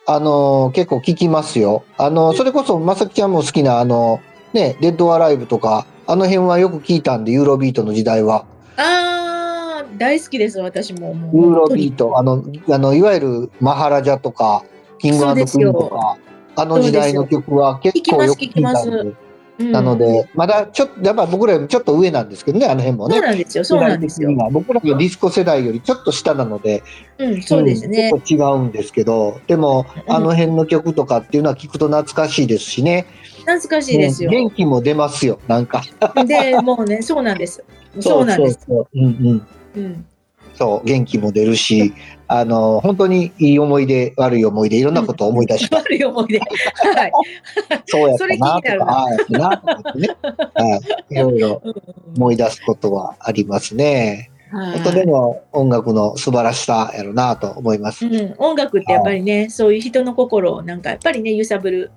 [SPEAKER 2] あのー結構聞きますよ。あのーそれこそ、まさきちゃんも好きな、あのーね、デッドアライブとか、あの辺はよく聞いたんで、ユーロビートの時代は。
[SPEAKER 1] あー、大好きです、私も。もう
[SPEAKER 2] ユー
[SPEAKER 1] 本
[SPEAKER 2] ロ
[SPEAKER 1] 当に
[SPEAKER 2] ビート、あの、あの、いわゆるマハラジャとか、キング
[SPEAKER 1] そう
[SPEAKER 2] クイ
[SPEAKER 1] です
[SPEAKER 2] ー
[SPEAKER 1] よ
[SPEAKER 2] ンとか、あの時代の曲は結
[SPEAKER 1] すよ
[SPEAKER 2] 構よく聞
[SPEAKER 1] 聞
[SPEAKER 2] い
[SPEAKER 1] きま
[SPEAKER 2] た
[SPEAKER 1] す
[SPEAKER 2] んで、
[SPEAKER 1] うん
[SPEAKER 2] なので、まだちょっと、やっぱ僕らよりちょっと上なんですけどね、あの辺も
[SPEAKER 1] そう
[SPEAKER 2] ね。
[SPEAKER 1] なんですよ、そうなんですよ
[SPEAKER 2] 世。代的には僕らがディスコ世代よりちょっと下なので、
[SPEAKER 1] うん、そうですね。
[SPEAKER 2] んちょっと違うんですけど、でも、
[SPEAKER 1] うん
[SPEAKER 2] あの辺の曲とかっていうのは聞くと懐かしいですしね。
[SPEAKER 1] 懐かしいですよ
[SPEAKER 2] う。ん元気も出ますよ、なんか。
[SPEAKER 1] で、もうね、そうなんです。そうなんです。
[SPEAKER 2] そうそううんうん。
[SPEAKER 1] うん。
[SPEAKER 2] そう、元気も出るし、あの、本当にいい思い出、悪い思い出、いろんなことを思い出した。
[SPEAKER 1] 悪い思い出。はい。
[SPEAKER 2] そうやったな
[SPEAKER 1] それ気にな
[SPEAKER 2] と
[SPEAKER 1] る
[SPEAKER 2] か、
[SPEAKER 1] な
[SPEAKER 2] ああやったなとかってね。はい。いろいろ思い出すことはありますね。
[SPEAKER 1] はい
[SPEAKER 2] 本当でも音楽の素晴らしさやろなと思います。
[SPEAKER 1] うん、音楽ってやっぱりね、そういう人の心をなんかやっぱりね揺さぶる、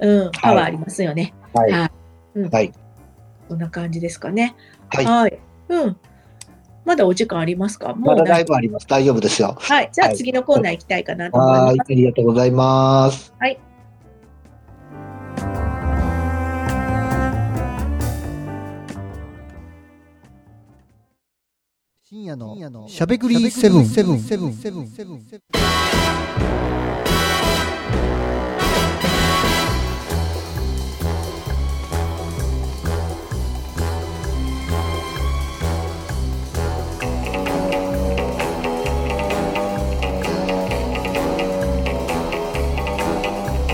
[SPEAKER 1] うん、パワーありますよね。
[SPEAKER 2] はい。
[SPEAKER 1] は
[SPEAKER 2] はい
[SPEAKER 1] うん
[SPEAKER 2] はい
[SPEAKER 1] そんな感じですかね。
[SPEAKER 2] い。
[SPEAKER 1] うん。まだお時間ありますか。も
[SPEAKER 2] ま
[SPEAKER 1] う
[SPEAKER 2] だ
[SPEAKER 1] な
[SPEAKER 2] ライブあります。大丈夫ですよ。
[SPEAKER 1] はい。じゃあ
[SPEAKER 2] はい
[SPEAKER 1] 次のコーナー行きたいかなと思います。
[SPEAKER 2] はい。ありがとうございます。
[SPEAKER 3] 深夜のしゃべくりセブンセブンセブンセブンセブン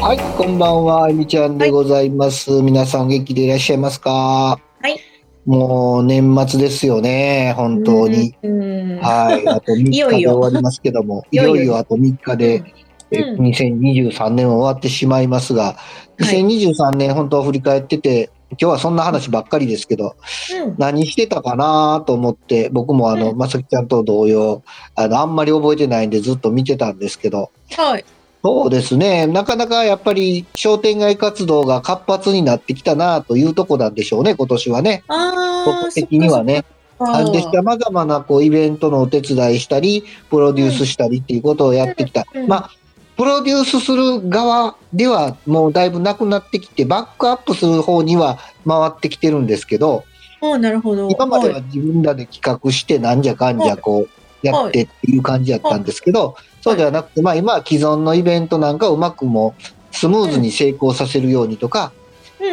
[SPEAKER 2] はい、こんばんは、あゆみちゃんでございます。皆さん、元気でいらっしゃいますか。
[SPEAKER 1] はい。
[SPEAKER 2] もう年末ですよね、本当に。
[SPEAKER 1] うん。うん
[SPEAKER 2] はい、あと3日
[SPEAKER 1] い
[SPEAKER 2] で
[SPEAKER 1] よい
[SPEAKER 2] 終
[SPEAKER 1] よ
[SPEAKER 2] わりますけども、
[SPEAKER 1] い
[SPEAKER 2] い
[SPEAKER 1] よいよ
[SPEAKER 2] よいよあと3日で、え
[SPEAKER 1] うん
[SPEAKER 2] 2023年は終わってしまいますが、
[SPEAKER 1] い
[SPEAKER 2] 2023年本当振り返ってて、今日はそんな話ばっかりですけど、
[SPEAKER 1] うん
[SPEAKER 2] 何してたかなと思って、僕もあの、
[SPEAKER 1] うん
[SPEAKER 2] まさきちゃんと同様、あの、あんまり覚えてないんでずっと見てたんですけど、
[SPEAKER 1] はい。
[SPEAKER 2] そうですね、なかなかやっぱり商店街活動が活発になってきたなというとこなんでしょうね、今年はね、
[SPEAKER 1] ああ。
[SPEAKER 2] 僕的にはね。
[SPEAKER 1] そっか
[SPEAKER 2] な
[SPEAKER 1] そ
[SPEAKER 2] んで、
[SPEAKER 1] っか。
[SPEAKER 2] さまざまなこうイベントのお手伝いしたり、プロデュースしたりっていうことをやってきた
[SPEAKER 1] うんう、ん
[SPEAKER 2] まあ、プロデュースする側ではもうだいぶなくなってきて、バックアップする方には回ってきてるんですけど、
[SPEAKER 1] おーなるほど。
[SPEAKER 2] 今まで
[SPEAKER 1] は
[SPEAKER 2] は自分らで企画してなんじゃかんじゃこうやってっていう感じやったんですけどそうではなくてまあ今は既存のイベントなんかをうまくもスムーズに成功させるようにとか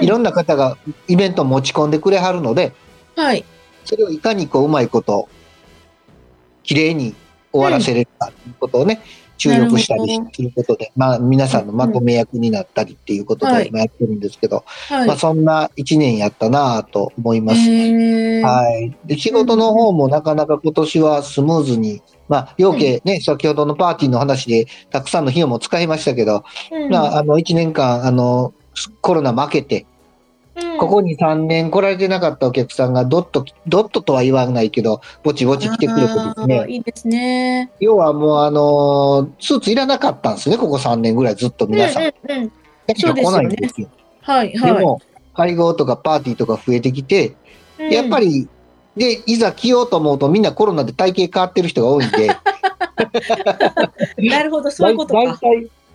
[SPEAKER 1] い、
[SPEAKER 2] いろんな方がイベントを持ち込んでくれはるので
[SPEAKER 1] うんはい。
[SPEAKER 2] それをいかにこううまいこと綺麗に終わらせれるかということをね注力したり
[SPEAKER 1] なるほ
[SPEAKER 2] することでまあ皆さんのまとめ役になったりっていうこと
[SPEAKER 1] うんはい
[SPEAKER 2] で今やってるんですけど
[SPEAKER 1] はい。
[SPEAKER 2] まあそんな1年やったなぁと思います。
[SPEAKER 1] えー
[SPEAKER 2] はい、で仕事の方もなかなか今年はスムーズに、まあ、要件ね、先ほどのパーティーの話でたくさんの費用も使いましたけど、
[SPEAKER 1] うん
[SPEAKER 2] まあ、あの1年間あのコロナ負けて、
[SPEAKER 1] うん
[SPEAKER 2] ここに3年来られてなかったお客さんがドッと、ドッととは言わないけど、ぼちぼち来てくれてです
[SPEAKER 1] あー
[SPEAKER 2] ね、
[SPEAKER 1] いいですね。
[SPEAKER 2] 要はもうあのースーツいらなかったんですね、ここ3年ぐらいずっと皆さん。
[SPEAKER 1] うんうんうん、
[SPEAKER 2] だけど来ないんですよ。
[SPEAKER 1] はい
[SPEAKER 2] で
[SPEAKER 1] は
[SPEAKER 2] も、会合とかパーティーとか増えてきて、
[SPEAKER 1] い。
[SPEAKER 2] やっぱ
[SPEAKER 1] り、
[SPEAKER 2] り、で、いざ着ようと思うとみんなコロナで体型変わってる人が多いんで、
[SPEAKER 1] なるほど、 そうい
[SPEAKER 2] 大
[SPEAKER 1] うことか。
[SPEAKER 2] 体、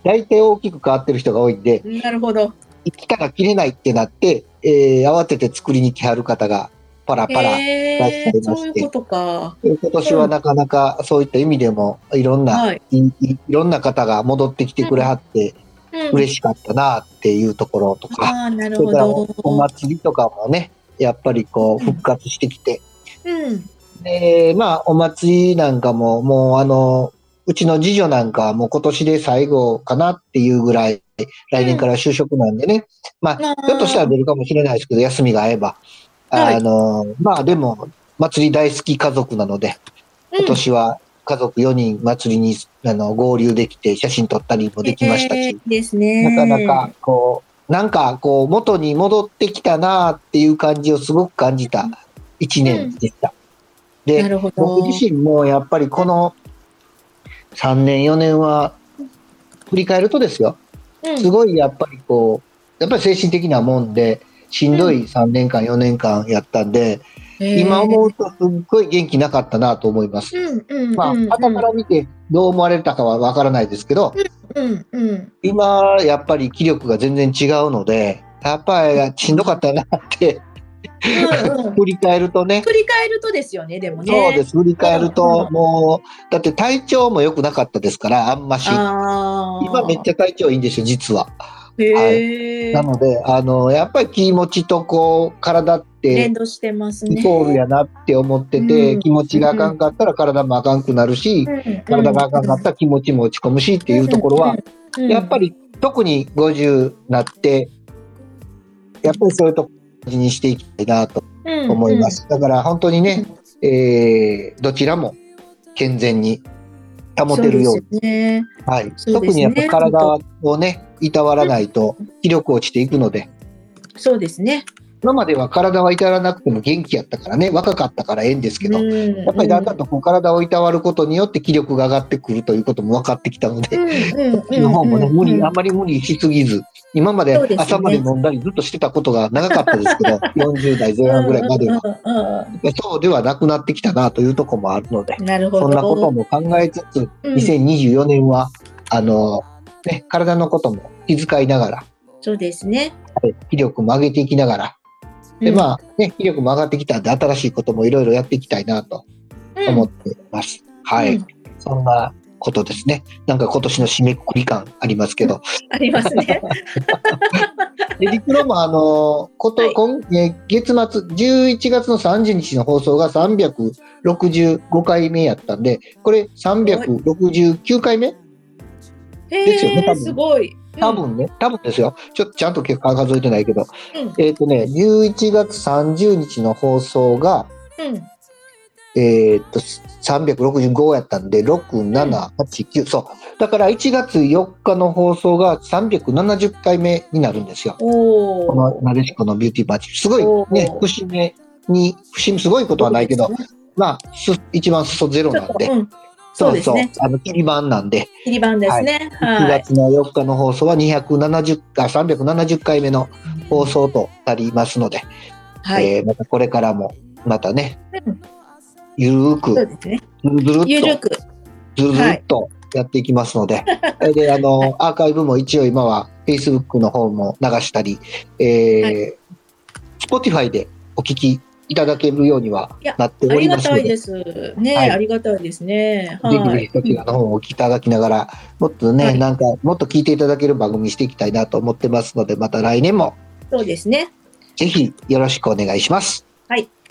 [SPEAKER 2] 大体大きく変わってる人が多いんで、
[SPEAKER 1] なるほど。
[SPEAKER 2] 着たら着れないってなって、えー慌てて作りに来はる方がパラパラ。
[SPEAKER 1] へ
[SPEAKER 2] 出
[SPEAKER 1] え、
[SPEAKER 2] してま
[SPEAKER 1] そ
[SPEAKER 2] して
[SPEAKER 1] ういうことか。
[SPEAKER 2] 今年はなかなかそういった意味でもいろんな、
[SPEAKER 1] はい。
[SPEAKER 2] い、いろんな方が戻ってきてくれはって
[SPEAKER 1] うん、
[SPEAKER 2] 嬉しかったなっていうところとか、
[SPEAKER 1] ああ、なる
[SPEAKER 2] そ
[SPEAKER 1] ほ
[SPEAKER 2] れから
[SPEAKER 1] ど
[SPEAKER 2] お。お祭りとかもねやっぱりこう
[SPEAKER 1] うん
[SPEAKER 2] 復活してきて、
[SPEAKER 1] うん。
[SPEAKER 2] でまあお祭りなんかももうあのうちの次女なんかはもう今年で最後かなっていうぐらい来年から就職なんでね、ま
[SPEAKER 1] あ
[SPEAKER 2] あ
[SPEAKER 1] ー
[SPEAKER 2] ひょっとしたら出るかもしれないですけど休みが合えば、
[SPEAKER 1] はい
[SPEAKER 2] あのまあでも祭り大好き家族なので今年は家族4人祭りにあの合流できて写真撮ったりもできました
[SPEAKER 1] えー
[SPEAKER 2] し
[SPEAKER 1] い、いですね。
[SPEAKER 2] なかなかこうなんかこう元に戻ってきたなっていう感じをすごく感じた1年でした。
[SPEAKER 1] な
[SPEAKER 2] で
[SPEAKER 1] るほど。
[SPEAKER 2] 僕自身もやっぱりこの3年4年は振り返るとですよすごいやっぱりこうやっぱり精神的なもんでしんどい3年間4年間やったんで今思
[SPEAKER 1] う
[SPEAKER 2] うとすっごい元気なかったなと思います。
[SPEAKER 1] ん。うんうんうん。
[SPEAKER 2] まあ、肌から見てどう思われたかはわからないですけど、
[SPEAKER 1] うんうん。
[SPEAKER 2] 今、やっぱり気力が全然違うので、やっぱりしんどかったなって、
[SPEAKER 1] うんうん
[SPEAKER 2] 振り返るとね、
[SPEAKER 1] 振り返るとですよね、でもね。
[SPEAKER 2] そうです、振り返
[SPEAKER 1] う
[SPEAKER 2] る
[SPEAKER 1] ん
[SPEAKER 2] と
[SPEAKER 1] う、ん
[SPEAKER 2] もう、だって体調も良くなかったですから、あんまし。
[SPEAKER 1] ああ。
[SPEAKER 2] 今めっち
[SPEAKER 1] ゃ。
[SPEAKER 2] ゃ体調いいんですよ、実は。
[SPEAKER 1] へえ
[SPEAKER 2] な。ので、あの、やっぱり気持ちとこう、体って
[SPEAKER 1] 連、動してますね。
[SPEAKER 2] イコールやなって思ってて、
[SPEAKER 1] うん
[SPEAKER 2] 気持ちがあかんかったら体もあかんくなるし、体があかんかったら気持ちも落ち込むしっていうところは、やっぱ
[SPEAKER 1] り
[SPEAKER 2] り特に50なって、やっぱりそういうとこ大事にしていきたいなと思いま。す。だから本当にね、えーどちらも健全に保てるように。
[SPEAKER 1] に。ね
[SPEAKER 2] はい。
[SPEAKER 1] そう
[SPEAKER 2] 特
[SPEAKER 1] です
[SPEAKER 2] に
[SPEAKER 1] ね
[SPEAKER 2] やっぱ体をね、いたわらないと気力落ちていくので、
[SPEAKER 1] そうですね。
[SPEAKER 2] 今までは体はいたわらなくても元気やったからね、若かったからええんですけど、
[SPEAKER 1] や
[SPEAKER 2] やっぱりだんだんとこう体をいたわることによって気力が上がってくるということも分かってきたので、 こっちの方もね、無理、あんまり無理しすぎず、今まで
[SPEAKER 1] そうですね
[SPEAKER 2] 朝まで飲んだりずっとしてたことが長かったです けど、40代前半ぐらいまでは、
[SPEAKER 1] は。
[SPEAKER 2] そうではなくなってきたなというところもあるので、
[SPEAKER 1] なるほど。
[SPEAKER 2] そんなことも考えつつ、
[SPEAKER 1] うん
[SPEAKER 2] 2024年は、あの、ね、体のことも気遣いながら、
[SPEAKER 1] そうですね。
[SPEAKER 2] 気力も上げていきながら、で、
[SPEAKER 1] うん
[SPEAKER 2] まあ、ね、気力も上がってきたんで、新しいこともいろいろやっていきたいなと思っています。は
[SPEAKER 1] う
[SPEAKER 2] い
[SPEAKER 1] ん。
[SPEAKER 2] そんなことですね。なんか今年の締めくくり感ありますけど、
[SPEAKER 1] ありますね。
[SPEAKER 2] で、リクロもあのこと、
[SPEAKER 1] はい
[SPEAKER 2] 今えー月末、11月の30日の放送が365回目やったんで、これ369回目 ですよね
[SPEAKER 1] へ
[SPEAKER 2] 多
[SPEAKER 1] え、
[SPEAKER 2] 分
[SPEAKER 1] すごい。
[SPEAKER 2] 多分ね、多分ですよ。ちょっとちゃんと結果数えてないけど、
[SPEAKER 1] うん。
[SPEAKER 2] えっ、とね、11月30日の放送が、
[SPEAKER 1] うん。
[SPEAKER 2] えっと、365やったんで、6、7、8、9、そう。だから1月4日の放送が370回目になるんですよ。
[SPEAKER 1] お
[SPEAKER 2] こ
[SPEAKER 1] お。
[SPEAKER 2] のなでしこのビューティーマッチ。すごい
[SPEAKER 1] おー
[SPEAKER 2] ね、節目に、節目すごいことはないけど、まあ、す一番裾ゼロなんで、
[SPEAKER 1] うん。そうですね。
[SPEAKER 2] あの、切り番なんで、
[SPEAKER 1] 切り番ですね。
[SPEAKER 2] 9
[SPEAKER 1] はい。
[SPEAKER 2] 月の4日の放送は270か370回目の放送となりますので、
[SPEAKER 1] はい。
[SPEAKER 2] えーまたこれからも、またね、
[SPEAKER 1] うん
[SPEAKER 2] ゆるー
[SPEAKER 1] そう
[SPEAKER 2] く、
[SPEAKER 1] ですね。
[SPEAKER 2] ずるずるっと、
[SPEAKER 1] ゆるく。
[SPEAKER 2] ずるずるっとやっていきます ので、それで、あの、アーカイブも一応今は Facebook の方も流したり、えー
[SPEAKER 1] は
[SPEAKER 2] Spotify でお聞きいただけるようにはい
[SPEAKER 1] や
[SPEAKER 2] なって
[SPEAKER 1] あ
[SPEAKER 2] お
[SPEAKER 1] り
[SPEAKER 2] り
[SPEAKER 1] が
[SPEAKER 2] ます
[SPEAKER 1] た
[SPEAKER 2] の
[SPEAKER 1] い
[SPEAKER 2] で、
[SPEAKER 1] です。ね、
[SPEAKER 2] はい
[SPEAKER 1] ありがたいですね。は
[SPEAKER 2] ぜひぜひ
[SPEAKER 1] い。
[SPEAKER 2] そちらの方もお聞きいただきながら、もっとね、
[SPEAKER 1] はい
[SPEAKER 2] なんか、もっと聞いていただける番組にしていきたいなと思ってますので、また来年も
[SPEAKER 1] そうですね。
[SPEAKER 2] ぜひよろしくお願いします。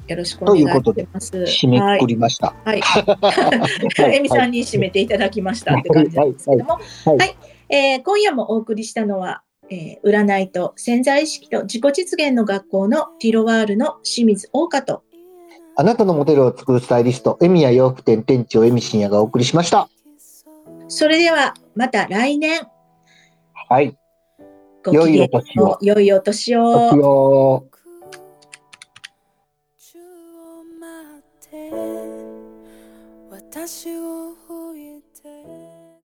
[SPEAKER 1] よろしくお願い
[SPEAKER 2] ということで
[SPEAKER 1] します。
[SPEAKER 2] 締めくくりました。
[SPEAKER 1] はい。
[SPEAKER 2] は
[SPEAKER 1] はいい。えみさんに締めていただきましたって感じなんですけども。
[SPEAKER 2] はいはい
[SPEAKER 1] は
[SPEAKER 2] は
[SPEAKER 1] い。えー今夜もお送りしたのは、えー占いと潜在意識と自己実現の学校のティロワールの清水桜花と
[SPEAKER 2] あなたのモデルを作るスタイリスト、エミヤ洋服店店長、エミシンヤがお送りしました。
[SPEAKER 1] それではまた来年
[SPEAKER 2] はい。
[SPEAKER 1] ごきげんよう良いお年を。
[SPEAKER 2] よ。